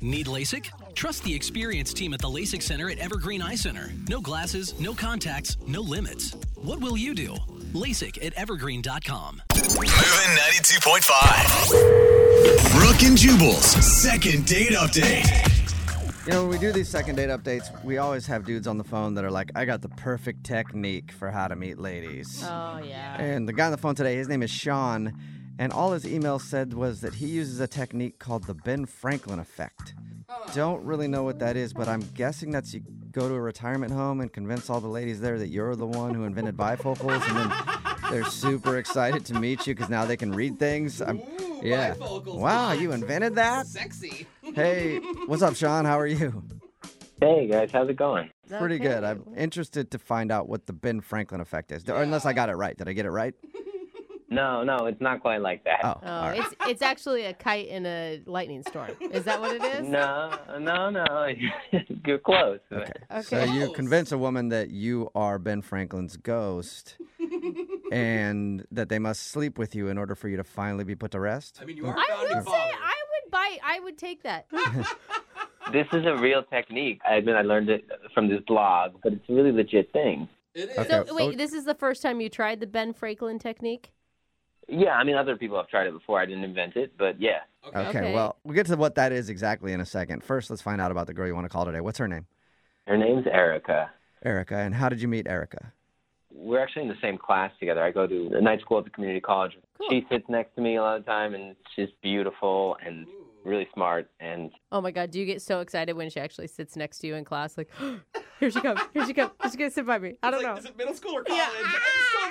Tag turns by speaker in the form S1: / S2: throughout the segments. S1: Need LASIK? Trust the experienced team at the LASIK Center at Evergreen Eye Center. No glasses, no contacts, no limits. What will you do? LASIK at evergreen.com.
S2: Moving 92.5. Brooke and Jubal's second date update.
S3: You know, when we do these second date updates, we always have dudes on the phone that are like, I got the perfect technique for how to meet ladies.
S4: Oh yeah.
S3: And the guy on the phone today, his name is Sean, and all his email said was that he uses a technique called the Ben Franklin effect. Don't really know what that is, but I'm guessing that's you go to a retirement home and convince all the ladies there that you're the one who invented bifocals, and then they're super excited to meet you because now they can read things. I'm, yeah. Wow, you invented that?
S5: Sexy.
S3: Hey, what's up, Sean? How are you?
S6: Hey guys, how's it going?
S3: Pretty
S4: Okay.
S3: good. I'm interested to find out what the Ben Franklin effect is. Or Unless I got it right. Did I get it right?
S6: No, no, it's not quite like that.
S3: Oh,
S4: Oh,
S3: all right.
S4: it's it's actually a kite in a lightning storm. Is that what it is?
S6: No, no, no, you're close.
S3: Okay. So
S4: Okay.
S3: you
S5: Close.
S3: convince a woman that you are Ben Franklin's ghost and that they must sleep with you in order for you to finally be put to rest?
S5: I mean, you are
S4: I
S5: founding
S4: would say
S5: father.
S4: I would buy. I would take that.
S6: This is a real technique. I admit I learned it from this blog, but it's a really legit thing.
S5: It is.
S3: Okay. Oh.
S4: So
S3: so-
S4: wait, this is the first time you tried the Ben Franklin technique.
S6: Yeah, I mean, other people have tried it before. I didn't invent it, but yeah.
S3: Oh, Okay,
S4: Okay.
S3: well, we'll get to what that is exactly in a second. First, let's find out about the girl you want to call today. What's her name?
S6: Her name's Erica.
S3: Erica. And how did you meet Erica?
S6: We're actually in the same class together. I go to a night school at the community college.
S4: Cool.
S6: She sits next to me a lot of the time, and she's beautiful and really smart. And
S4: Oh my God! Do you get so excited when she actually sits next to you in class? Like, here she comes. Here she comes. She's gonna sit by me. I don't
S5: Like,
S4: know.
S5: Is it middle school or college? I'm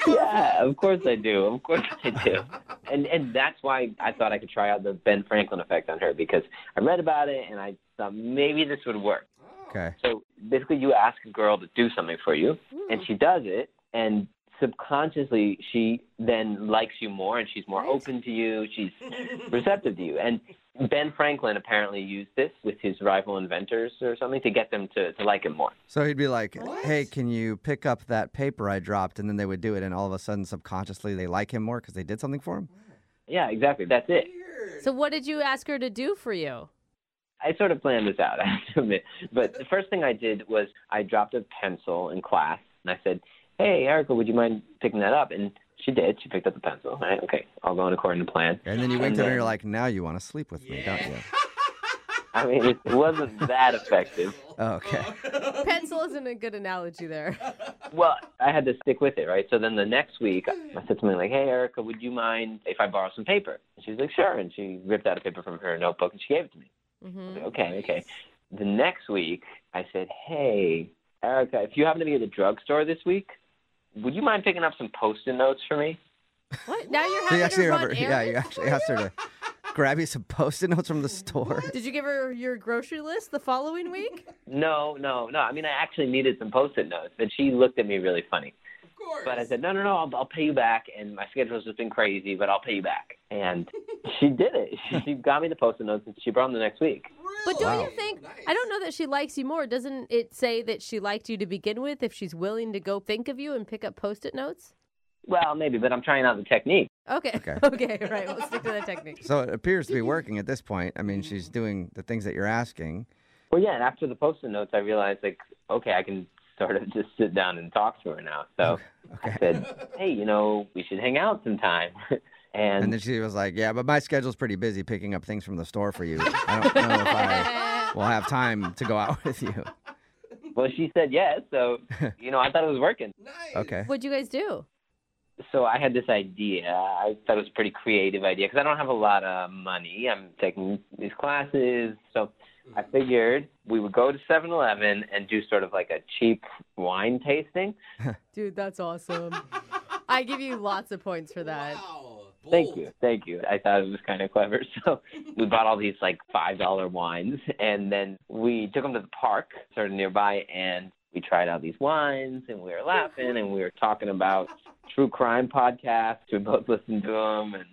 S5: so
S6: yeah, of course I do. Of course I do. And and that's why I thought I could try out the Ben Franklin effect on her because I read about it and I thought maybe this would work.
S4: Oh.
S3: Okay.
S6: So basically, you ask a girl to do something for you, and she does it, and subconsciously she then likes you more, and she's more open to you. She's receptive to you. And Ben Franklin apparently used this with his rival inventors or something to get them to, to like him more.
S3: So he'd be like, hey, can you pick up that paper I dropped? And then they would do it. And all of a sudden, subconsciously, they like him more because they did something for him?
S6: Yeah, exactly. That's it.
S5: weird.
S4: So what did you ask her to do for you?
S6: I sort of planned this out, I have to admit. But the first thing I did was I dropped a pencil in class, and I said, "Hey, Erica, would you mind picking that up?" And she did. She picked up the pencil. All right, okay, all going according to plan.
S3: And then you winked at her and you're
S6: then-
S3: like, now you want to sleep with me, don't you?
S6: I mean, it wasn't that effective.
S3: Oh, Okay.
S4: Pencil isn't a good analogy there.
S6: Well, I had to stick with it, right? So then the next week, I said something like, "Hey, Erica, would you mind if I borrow some paper?" And she was like, "Sure." And she ripped out a paper from her notebook and she gave it to me.
S4: hmm
S6: Okay, okay. The next week, I said, "Hey, Erica, if you happen to be at the drugstore this week, would you mind picking up some post-it notes for me?"
S4: What? Now you're
S3: So
S4: having
S3: you actually
S4: her run
S3: remember, yeah, you
S4: errands?
S3: actually asked her to grab you some post-it notes from the store.
S4: Did you give her your grocery list the following week?
S6: No, no, no. I mean, I actually needed some post-it notes, but she looked at me really funny.
S5: Of course.
S6: But I said, "No, no, no. I'll, I'll pay you back." And my schedule's just been crazy, but I'll pay you back. And she did it. She got me the post-it notes, and she brought them the next week.
S4: But don't
S3: Wow.
S4: you think?
S5: Oh, Nice.
S4: I don't know that she likes you more. Doesn't it say that she liked you to begin with if she's willing to go think of you and pick up post it notes?
S6: Well, maybe, but I'm trying out the technique.
S4: Okay.
S3: Okay.
S4: Okay. right. We'll stick to the technique.
S3: So it appears to be working at this point. I mean, she's doing the things that you're asking.
S6: Well, yeah, and after the post-it notes, I realized like, okay, I can sort of just sit down and talk to her now. So I said, hey, you know, we should hang out sometime. and
S3: And then she was like, yeah, but my schedule's pretty busy picking up things from the store for you. I don't know if I will have time to go out with you.
S6: well, she said yes. So you know, I thought it was working.
S5: Nice.
S3: Okay.
S4: What'd you guys do?
S6: So I had this idea. I thought it was a pretty creative idea because I don't have a lot of money. I'm taking these classes, so. I figured we would go to 7-Eleven and do sort of like a cheap wine tasting.
S4: Dude, that's awesome. I give you lots of points for that.
S5: Wow.
S6: Thank
S5: Bold.
S6: you. Thank you. I thought it was kind of clever. So we bought all these like $5 wines and then we took them to the park, sort of nearby, and we tried out these wines and we were laughing and we were talking about true crime podcasts. We both listened to them and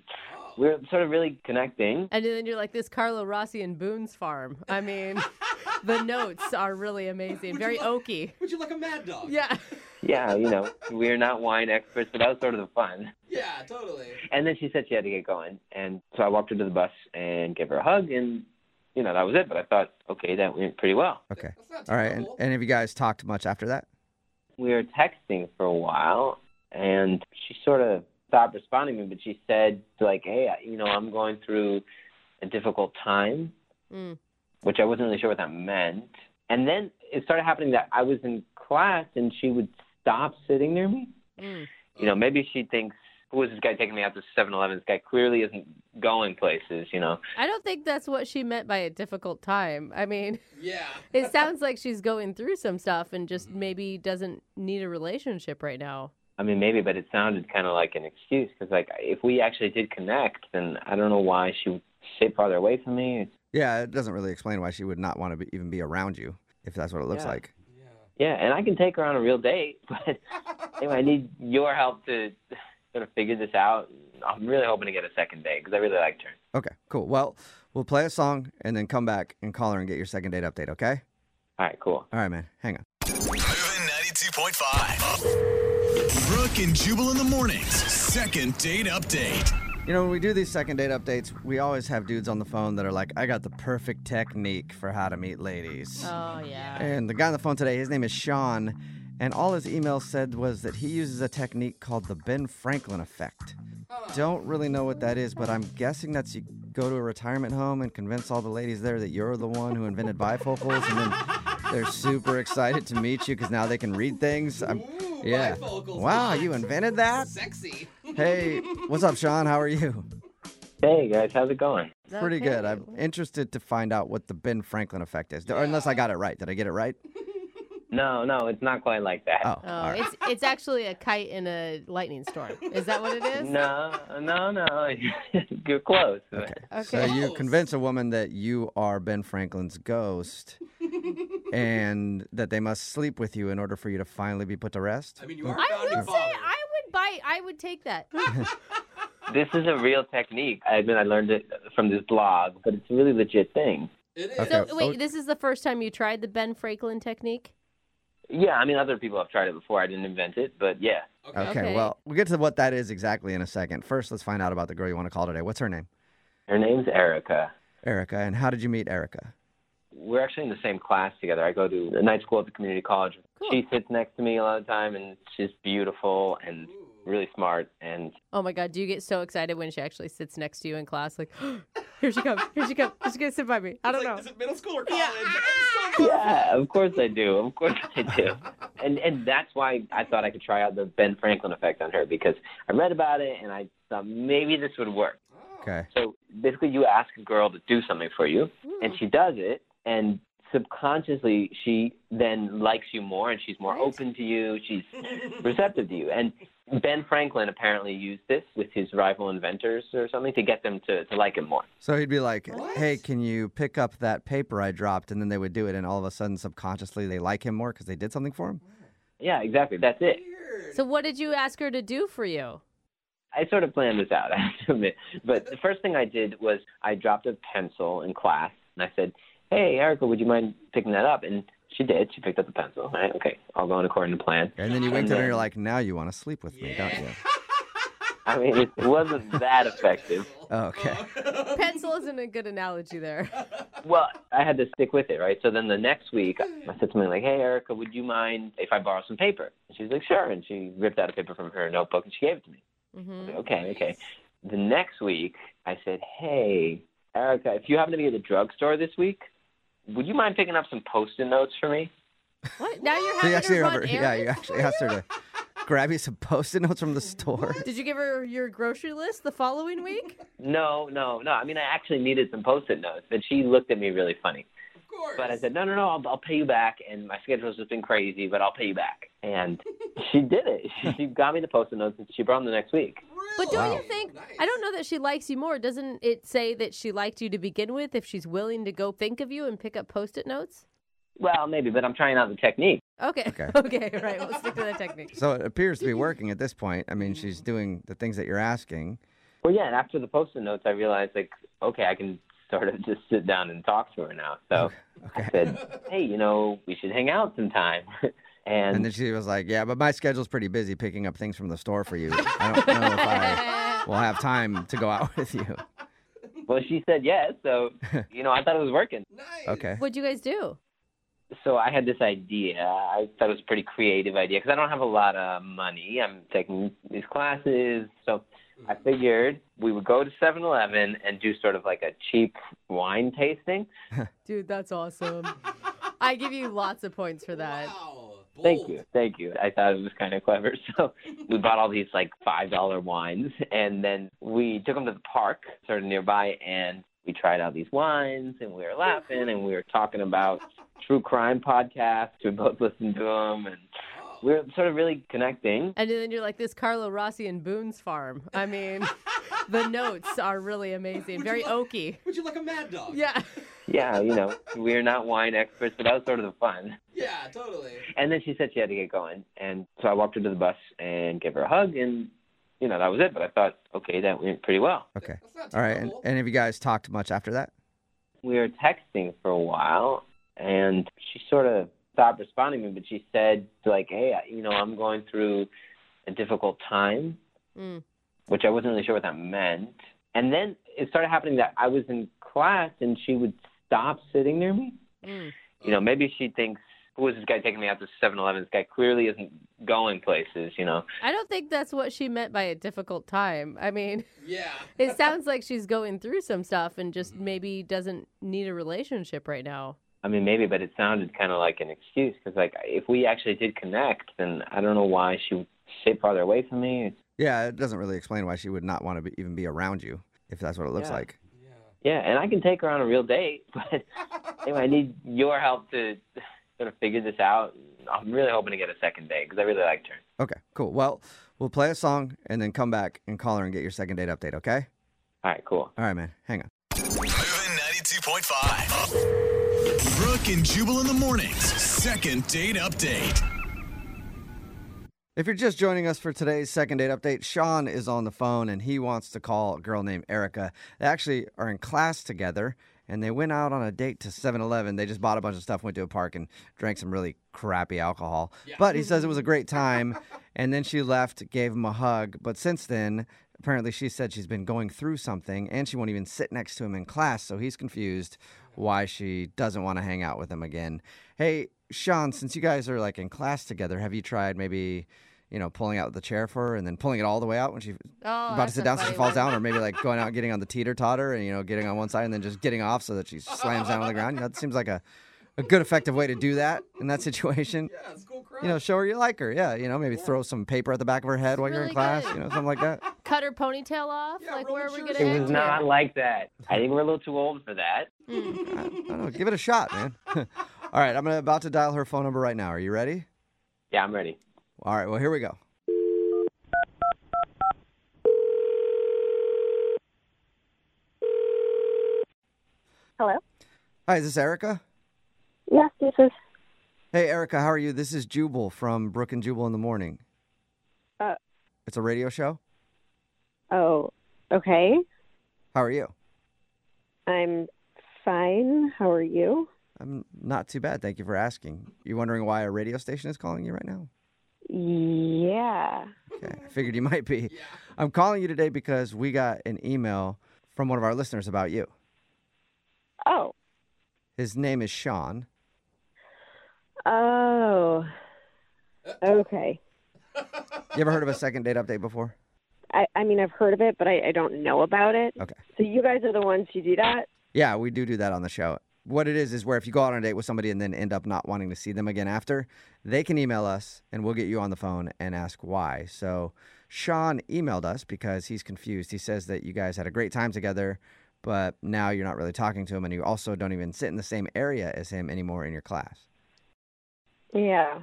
S6: we were sort of really connecting.
S4: And then you're like this Carlo Rossi and Boone's Farm. I mean, the notes are really amazing. Very oaky.
S5: Would you like a mad dog?
S4: Yeah.
S6: Yeah, you know, we're not wine experts, but that was sort of the fun.
S5: Yeah, totally.
S6: And then she said she had to get going. And so I walked her to the bus and gave her a hug and you know, that was it. But I thought, okay, that went pretty well.
S3: Okay.
S5: That's not
S3: All right. And,
S5: terrible.
S3: and have you guys talked much after that?
S6: we were texting for a while and she sort of stopped responding to me but she said like hey I- you know i'm going through a difficult time
S4: Mm.
S6: which i wasn't really sure what that meant and then it started happening that i was in class and she would stop sitting near me
S4: Mm.
S6: you know maybe she thinks who is this guy taking me out to 7-eleven this guy clearly isn't going places you know
S4: I don't think that's what she meant by a difficult time. I mean,
S5: Yeah. Mm-hmm.
S4: it sounds like she's going through some stuff and just maybe doesn't need a relationship right now.
S6: i mean maybe but it sounded kind of like an excuse because like if we actually did connect then i don't know why she would sit farther away from me
S3: Yeah, it doesn't really explain why she would not want to be, even be around you if that's what it looks
S6: Yeah.
S3: like.
S6: Yeah, and I can take her on a real date, but anyway, I need your help to sort of figure this out. I'm really hoping to get a second date because I really liked her.
S3: Okay, cool. Well, we'll play a song and then come back and call her and get your second date update, okay?
S6: All right, cool.
S3: All right, man. Hang on.
S2: Moving 92.5. Brooke and Jubal in the mornings. Second date update.
S3: You know, when we do these second date updates, we always have dudes on the phone that are like, I got the perfect technique for how to meet ladies.
S4: Oh yeah.
S3: And the guy on the phone today, his name is Sean, and all his email said was that he uses a technique called the Ben Franklin effect. Don't really know what that is, but I'm guessing that's you go to a retirement home and convince all the ladies there that you're the one who invented bifocals, and then they're super excited to meet you because now they can read things. I'm,
S5: Ooh,
S3: yeah.
S5: bifocals.
S3: Wow, you invented that?
S5: Sexy.
S3: Hey, what's up, Sean? How are you?
S6: Hey guys, how's it going?
S3: Pretty good.
S4: Okay.
S3: I'm interested to find out what the Ben Franklin effect is. Or Unless I got it right. Did I get it right?
S6: No, no, it's not quite like that.
S3: Oh,
S4: Oh,
S3: all right.
S4: it's it's actually a kite in a lightning storm. Is that what it is?
S6: No, no, no. You're close.
S3: Okay. So
S4: Okay.
S3: you
S5: Ghost.
S3: convince a woman that you are Ben Franklin's ghost and that they must sleep with you in order for you to finally be put to rest?
S5: I mean, you are
S4: I
S5: founding
S4: will say
S5: father.
S4: I would buy. I would take that.
S3: Oh,
S6: This is a real technique. I admit I learned it from this blog, but it's a really legit thing.
S5: It is.
S4: So
S3: Okay.
S4: wait, this is the first time you tried the Ben Franklin technique.
S6: Yeah, I mean, other people have tried it before. I didn't invent it, but yeah.
S5: Oh,
S3: Okay,
S4: Okay.
S3: well, we'll get to what that is exactly in a second. First, let's find out about the girl you want to call today. What's her name?
S6: Her name's Erica.
S3: Erica. And how did you meet Erica?
S6: we're actually in the same class together. I go to a night school at the community college.
S4: Cool.
S6: She sits next to me a lot of the time, and she's beautiful and really smart. And
S4: Oh my God, do you get so excited when she actually sits next to you in class? Like, here she comes, here she comes, she's gonna sit by me. I don't
S5: It's like,
S4: know.
S5: Is it middle school or college? I'm so
S6: yeah, of course I do. Of course I do. And and that's why I thought I could try out the Ben Franklin effect on her because I read about it and I thought maybe this would work.
S3: Okay.
S6: So basically, you ask a girl to do something for you, and she does it, and subconsciously she then likes you more, and she's more open to you. She's receptive to you. And Ben Franklin apparently used this with his rival inventors or something to get them to, to like him more.
S3: So he'd be like, hey, can you pick up that paper I dropped? And then they would do it, and all of a sudden, subconsciously, they like him more because they did something for him?
S6: Yeah, exactly. That's it.
S5: weird.
S4: So what did you ask her to do for you?
S6: I sort of planned this out, I have to admit. But the first thing I did was I dropped a pencil in class and I said, Hey, Erica, would you mind picking that up? And she did. She picked up the pencil. All right, okay, all going according to plan.
S3: And then you winked at her
S6: then-
S3: and you're like, now you want to sleep with me, don't you?
S6: I mean, it wasn't that effective.
S3: Oh, okay.
S4: Pencil isn't a good analogy there.
S6: Well, I had to stick with it, right? So then the next week, I said something like, "Hey, Erica, would you mind if I borrow some paper?" And she was like, "Sure," and she ripped out a paper from her notebook and she gave it to me. I was
S4: hmm
S6: like, okay, okay. The next week, I said, "Hey, Erica, if you happen to be at the drugstore this week, would you mind picking up some post-it notes for me?"
S4: What? Now you're
S3: So
S4: having
S3: you actually,
S4: her run
S3: remember, yeah, you
S4: errands?
S3: actually asked her to grab you some post-it notes from the store.
S4: Did you give her your grocery list the following week?
S6: No, no, no. I mean, I actually needed some post-it notes, and she looked at me really funny.
S5: Of course.
S6: But I said, no, no, no, I'll, I'll pay you back. And my schedule's just been crazy, but I'll pay you back. And she did it. She, she got me the post-it notes, and she brought them the next week.
S4: But don't you
S5: Really?
S4: think?
S5: Nice.
S4: I don't know that she likes you more. Doesn't it say that she liked you to begin with if she's willing to go think of you and pick up post it notes?
S6: Well, maybe, but I'm trying out the technique.
S4: Okay.
S3: Okay.
S4: Okay. right. We'll stick to that technique.
S3: So it appears to be working at this point. I mean, she's doing the things that you're asking.
S6: Well, yeah, and after the post-it notes, I realized, like, okay, I can sort of just sit down and talk to her now. So I said, hey, you know, we should hang out sometime. and
S3: And then she was like, "Yeah, but my schedule's pretty busy picking up things from the store for you. I don't know if I will have time to go out with you."
S6: Well, she said yes, so you know I thought it was working.
S5: Nice.
S3: Okay.
S4: What'd you guys do?
S6: So I had this idea. I thought it was a pretty creative idea because I don't have a lot of money. I'm taking these classes, so I figured we would go to 7-Eleven and do sort of like a cheap wine tasting.
S4: Dude, that's awesome. I give you lots of points for that.
S5: Wow.
S6: Thank
S5: Bold.
S6: you, thank you. I thought it was kind of clever. So we bought all these like five dollar wines, and then we took them to the park, sort of nearby, and we tried out these wines, and we were laughing, and we were talking about true crime podcasts. We both listened to them, and we were sort of really connecting.
S4: And then you're like this Carlo Rossi and Boone's Farm. I mean, the notes are really amazing,
S5: Would
S4: very
S5: you like-
S4: oaky.
S5: Would you like a mad dog?
S4: Yeah.
S6: Yeah, you know, we are not wine experts, but that was sort of the fun.
S5: Yeah, totally.
S6: And then she said she had to get going, and so I walked her to the bus and gave her a hug, and you know that was it. But I thought, okay, that went pretty well.
S3: Okay.
S5: That's not
S3: All right. And,
S5: terrible.
S3: and have you guys talked much after that?
S6: we were texting for a while, and she sort of stopped responding to me, but she said, like, hey, I- you know, I'm going through a difficult time,
S4: Mm.
S6: which I wasn't really sure what that meant. And then it started happening that I was in class, and she would stop sitting near me.
S4: Mm.
S6: You know, maybe she thinks, who is this guy taking me out to 7-Eleven? This guy clearly isn't going places, you know.
S4: I don't think that's what she meant by a difficult time. I mean,
S5: Yeah.
S4: it sounds like she's going through some stuff and just maybe doesn't need a relationship right now.
S6: I mean, maybe, but it sounded kind of like an excuse because, like, if we actually did connect, then I don't know why she would sit farther away from me. It's
S3: Yeah, it doesn't really explain why she would not want to be, even be around you if that's what it looks
S6: Yeah.
S3: like.
S5: Yeah.
S6: Yeah, and I can take her on a real date, but anyway, I need your help to sort of figure this out. I'm really hoping to get a second date because I really liked her.
S3: Okay, cool. Well, we'll play a song and then come back and call her and get your second date update, okay?
S6: All right, cool.
S3: All right, man. Hang on.
S2: Moving 92.5. Brooke and Jubal in the mornings. Second date update.
S3: If you're just joining us for today's second date update, Sean is on the phone and he wants to call a girl named Erica. They actually are in class together and they went out on a date to 7 Eleven. They just bought a bunch of stuff, went to a park, and drank some really crappy alcohol. But he says it was a great time. and then she left, gave him a hug. But since then, apparently she said she's been going through something and she won't even sit next to him in class. So he's confused why she doesn't want to hang out with him again. Hey, Sean, since you guys are like in class together, have you tried maybe, you know, pulling out the chair for her and then pulling it all the way out when she about
S4: Oh,
S3: to
S4: that's
S3: sit
S4: a
S3: down so she
S4: funny
S3: falls
S4: one.
S3: down, or maybe like going out and getting on the teeter totter and you know getting on one side and then just getting off so that she slams down on the ground. You know, that seems like a, a good effective way to do that in that situation.
S5: Yeah, it's cool crap.
S3: You know, show her you like her. Yeah, you know, maybe throw some paper at the back of her head while you're in
S4: really
S3: class.
S4: good.
S3: You know, something like that.
S4: Cut her ponytail off?
S5: Yeah,
S4: like,
S5: roll
S4: where
S5: the
S4: are we
S5: shirts
S4: going
S5: up.
S4: to
S6: It
S4: end
S6: was
S4: here?
S6: not like that. I think we're a little too old for that.
S3: I don't know. Give it a shot, man. all right, I'm gonna, about to dial her phone number right now. Are you ready?
S6: Yeah, I'm ready.
S3: All right. Well, here we go.
S7: Hello?
S3: Hi, is this Erica?
S7: Yes, this is.
S3: Hey, Erica, how are you? This is Jubal from Brook and Jubal in the Morning.
S7: Uh.
S3: it's a radio show.
S7: Oh, okay.
S3: How are you?
S7: I'm fine. How are you?
S3: I'm not too bad. Thank you for asking. You wondering why a radio station is calling you right now?
S7: Yeah.
S3: Okay, I figured you might be. I'm calling you today because we got an email from one of our listeners about you.
S7: Oh.
S3: His name is Sean.
S7: Oh. Okay.
S3: You ever heard of a second date update before?
S7: I, I mean, I've heard of it, but I, I don't know about it.
S3: Okay.
S7: So you guys are the ones who do that?
S3: Yeah, we do do that on the show. What it is is where if you go out on a date with somebody and then end up not wanting to see them again after, they can email us and we'll get you on the phone and ask why. So Sean emailed us because he's confused. He says that you guys had a great time together, but now you're not really talking to him and you also don't even sit in the same area as him anymore in your class.
S7: Yeah.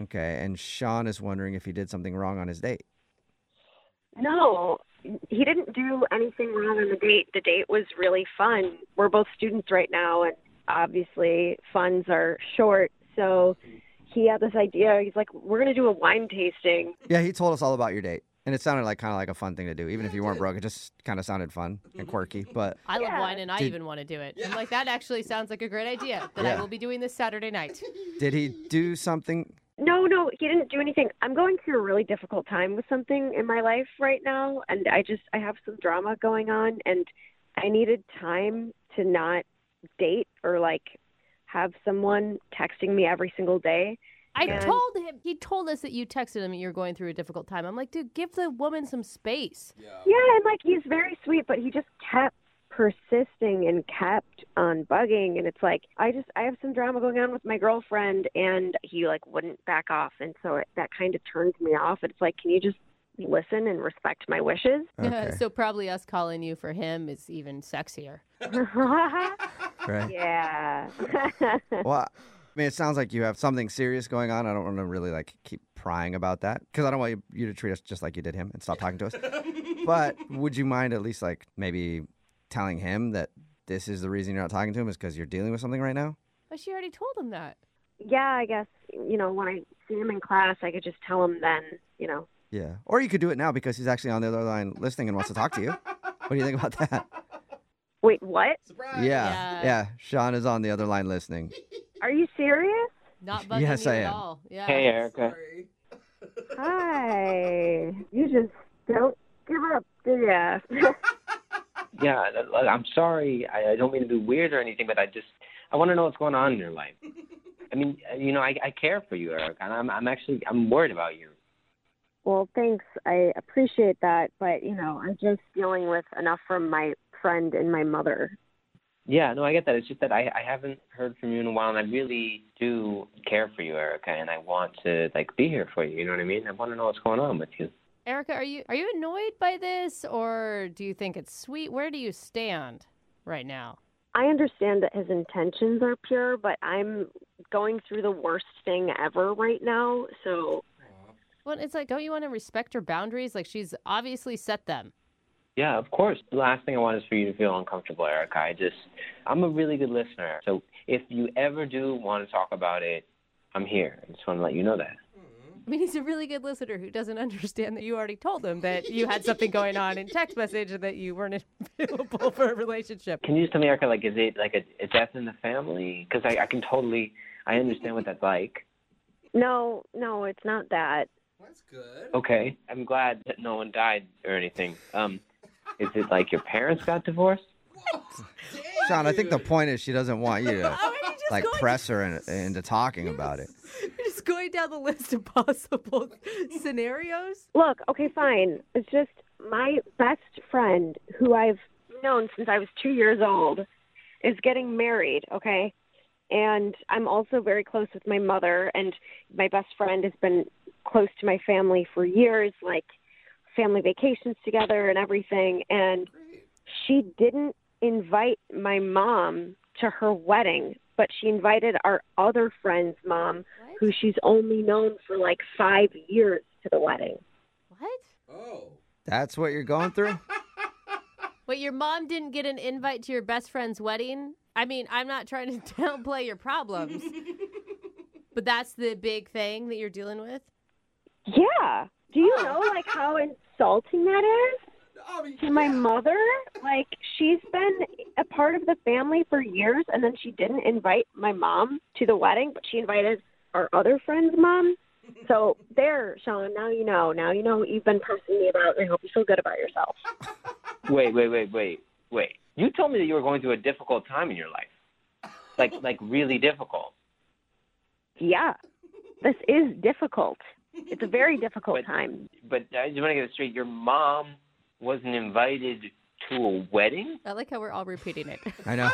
S3: Okay, and Sean is wondering if he did something wrong on his date.
S7: No, he didn't do anything wrong on the date. The date was really fun. We're both students right now, and obviously funds are short. So he had this idea. He's like, we're going to do a wine tasting.
S3: Yeah, he told us all about your date. And it sounded like kind of like a fun thing to do, even if you weren't broke. It just kind of sounded fun and quirky. But
S4: I love
S7: Yeah.
S4: wine and I
S3: Did-
S4: even want to do it. I'm like, that actually sounds like a great idea that
S3: Yeah.
S4: I will be doing this Saturday night.
S3: did he do something
S7: No, no, he didn't do anything. I'm going through a really difficult time with something in my life right now, and I just I have some drama going on, and I needed time to not date or like have someone texting me every single day.
S4: I
S7: Yeah.
S4: told him. He told us that you texted him that you were going through a difficult time. I'm like, dude, give the woman some space.
S7: Yeah, and like he's very sweet, but he just kept persisting and kept on bugging and it's like I just I have some drama going on with my girlfriend and he like wouldn't back off and so it, that kind of turns me off. It's like can you just listen and respect my wishes?
S3: Okay.
S4: so probably us calling you for him is even sexier.
S3: right.
S7: yeah.
S3: Well, I mean, it sounds like you have something serious going on. I don't want to really like keep prying about that because I don't want you, you to treat us just like you did him and stop talking to us. but would you mind at least like maybe telling him that this is the reason you're not talking to him is because you're dealing with something right now?
S4: But she already told him that.
S7: yeah, I guess you know when I see him in class, I could just tell him then, you know.
S3: Yeah. Or you could do it now because he's actually on the other line listening and wants to talk to you. What do you think about that?
S7: Wait, what?
S5: Surprise.
S3: Yeah. Yeah.
S4: Yeah.
S3: Sean is on the other line listening.
S7: Are you serious?
S4: Not bugging
S3: Yes,
S4: you
S3: I
S4: at
S3: am.
S4: all. Yeah.
S6: Hey, Erica.
S5: Sorry.
S7: Hi. You just don't give up, do ya?
S6: Yeah, I- I- I'm sorry. I I don't mean to be weird or anything, but I just I want to know what's going on in your life. I mean, uh, you know, I, I care for you, Erica, and I'm I'm actually I'm worried about you.
S7: Well, thanks. I appreciate that, but you know, I'm just dealing with enough from my friend and my mother.
S6: Yeah, no, I get that. It's just that I, I haven't heard from you in a while, and I really do care for you, Erica, and I want to like be here for you. You know what I mean? I want to know what's going on with you.
S4: Erica, are you are you annoyed by this or do you think it's sweet? Where do you stand right now?
S7: I understand that his intentions are pure, but I'm going through the worst thing ever right now. So,
S4: Well, it's like, don't you want to respect her boundaries? Like she's obviously set them.
S6: Yeah, of course. The last thing I want is for you to feel uncomfortable, Erica. I just, I'm a really good listener. So if you ever do want to talk about it, I'm here. I just want to let you know that.
S4: I mean, he's a really good listener who doesn't understand that you already told him that you had something going on in text message and that you weren't available for a relationship.
S6: Can you just tell me, Erica, like, is it like a, a death in the family? Because I, I can totally, I understand what that's like.
S7: no, no, it's not that.
S5: That's good.
S6: Okay. I'm glad that no one died or anything. Um, is it like your parents got divorced?
S3: Sean, I think the point is she doesn't want you to
S4: Oh, and you just
S3: like
S4: going,
S3: press her in, into talking about it.
S4: you're just going down the list of possible scenarios.
S7: Look, okay, fine. It's just my best friend, who I've known since I was two years old, is getting married, okay? And I'm also very close with my mother, and my best friend has been close to my family for years, like family vacations together and everything. And she didn't invite my mom to her wedding, but she invited our other friend's mom, who she's only known for like five years, to the wedding.
S4: What?
S5: Oh.
S3: That's what you're going through?
S4: Wait, your mom didn't get an invite to your best friend's wedding? I mean, I'm not trying to downplay your problems, but that's the big thing that you're dealing with.
S7: Yeah. Do you know
S6: Oh.
S7: like how insulting that is
S5: I mean,
S7: to my mother? Like she's been a part of the family for years and then she didn't invite my mom to the wedding, but she invited our other friend's mom. So there, Sean, now you know. Now you know what you've been pressing me about and I hope you feel good about yourself.
S6: Wait, wait, wait, wait, wait. You told me that you were going through a difficult time in your life. Like, like really difficult.
S7: Yeah. This is difficult. It's a very difficult
S6: But-
S7: time.
S6: But I just want to get it straight. Your mom wasn't invited to a wedding?
S4: I like how we're all repeating it.
S3: I know.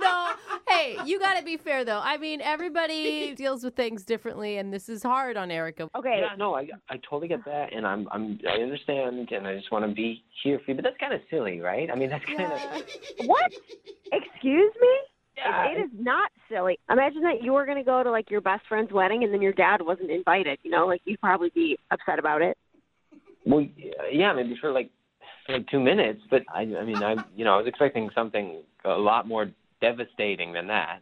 S4: no, hey, you got to be fair, though. I mean, everybody deals with things differently, and this is hard on Erica.
S7: Okay.
S6: Yeah, no, I I totally get that, and I'm I'm I understand, and I just want to be here for you. But that's kind of silly, right? I mean, that's kind of
S7: What? Excuse me?
S6: yeah.
S7: It is not silly. Imagine that you were going to go to like your best friend's wedding and then your dad wasn't invited. You know, like you'd probably be upset about it.
S6: Well, yeah, maybe for like for like two minutes, but I I mean I you know I was expecting something a lot more devastating than that.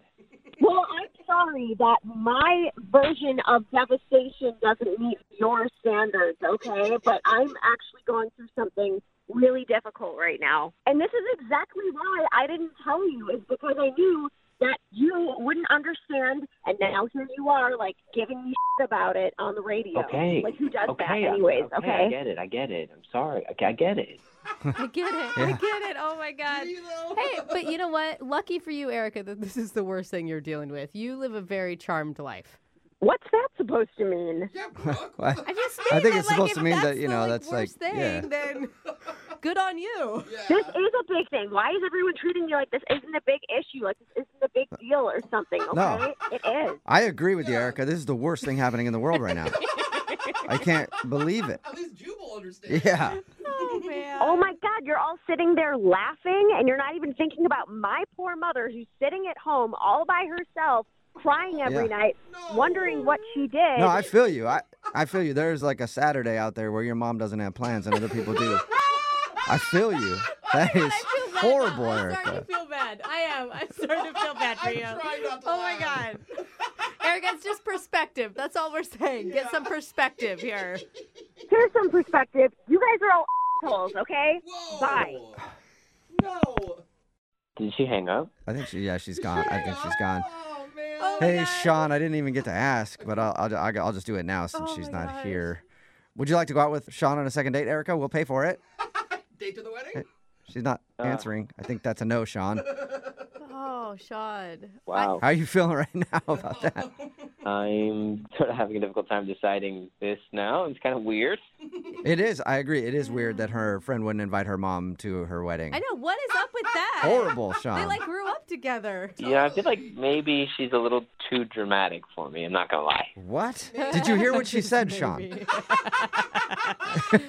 S7: Well, I'm sorry that my version of devastation doesn't meet your standards, okay? But I'm actually going through something really difficult right now. And this is exactly why I didn't tell you, is because I knew that you wouldn't understand And now here you are, like giving me shit about it on the radio.
S6: Okay.
S7: Like who does
S6: okay.
S7: that,
S6: I-
S7: anyways?
S6: Okay, I get it. I get it. I'm sorry. Okay, I get it.
S4: I get it. I get it. Oh my god.
S5: You know?
S4: Hey, but you know what? Lucky for you, Erica, that this is the worst thing you're dealing with. You live a very charmed life.
S7: What's that supposed to mean?
S5: Yeah, Brooke.
S3: Well,
S4: I just
S3: I
S4: mean
S3: think
S4: that,
S3: it's
S4: like,
S3: supposed
S4: if
S3: to mean
S4: that's
S3: that, you
S4: the,
S3: know,
S4: like,
S3: that's, like,
S4: worst thing,
S3: yeah.
S4: Then good on you.
S7: This is a big thing. Why is everyone treating you like this isn't a big issue? Like this isn't a big deal or something? Okay,
S3: No.
S7: it is.
S3: I agree with you, Erica. This is the worst thing happening in the world right now. I can't believe it.
S5: At least Jubal understands.
S3: Yeah.
S4: Oh man.
S7: Oh my God, you're all sitting there laughing and you're not even thinking about my poor mother who's sitting at home all by herself, crying every
S3: Yeah.
S7: night, wondering what she did.
S3: No, I feel you. I, I feel you. There's like a Saturday out there where your mom doesn't have plans and other people do. I feel you. That is
S4: I feel bad.
S3: horrible,
S4: I'm starting
S3: Erica.
S4: to feel bad. I am. I'm starting to feel bad for
S5: I'm
S4: you.
S5: trying not to
S4: oh my
S5: laugh.
S4: god. Erica, it's just perspective. That's all we're saying. Get some perspective here.
S7: Here's some perspective. You guys are all assholes, okay?
S5: Whoa.
S7: Bye.
S5: No.
S6: Did she hang up?
S3: I think she, yeah, she's gone. I think she's gone.
S5: Oh man.
S4: Oh my
S3: Hey,
S4: God.
S3: Sean, I didn't even get to ask, but I'll, I'll, I'll, I'll just do it now since
S4: Oh
S3: she's
S4: my
S3: not
S4: gosh.
S3: here. Would you like to go out with Sean on a second date, Erica? We'll pay for it.
S5: Date to the wedding?
S3: She's not
S6: Uh.
S3: answering. I think that's a no, Sean.
S4: Oh, Sean.
S6: Wow.
S3: How are you feeling right now about that?
S6: I'm sort of having a difficult time deciding this now. It's kind of weird.
S3: It is. I agree. It is weird that her friend wouldn't invite her mom to her wedding.
S4: I, I know. What is up with that?
S3: Horrible,
S4: They
S3: Sean.
S4: like grew up together.
S6: Yeah, I feel like maybe she's a little too dramatic for me. I'm not gonna lie.
S3: What? Did you hear what she said, Sean?
S4: Maybe.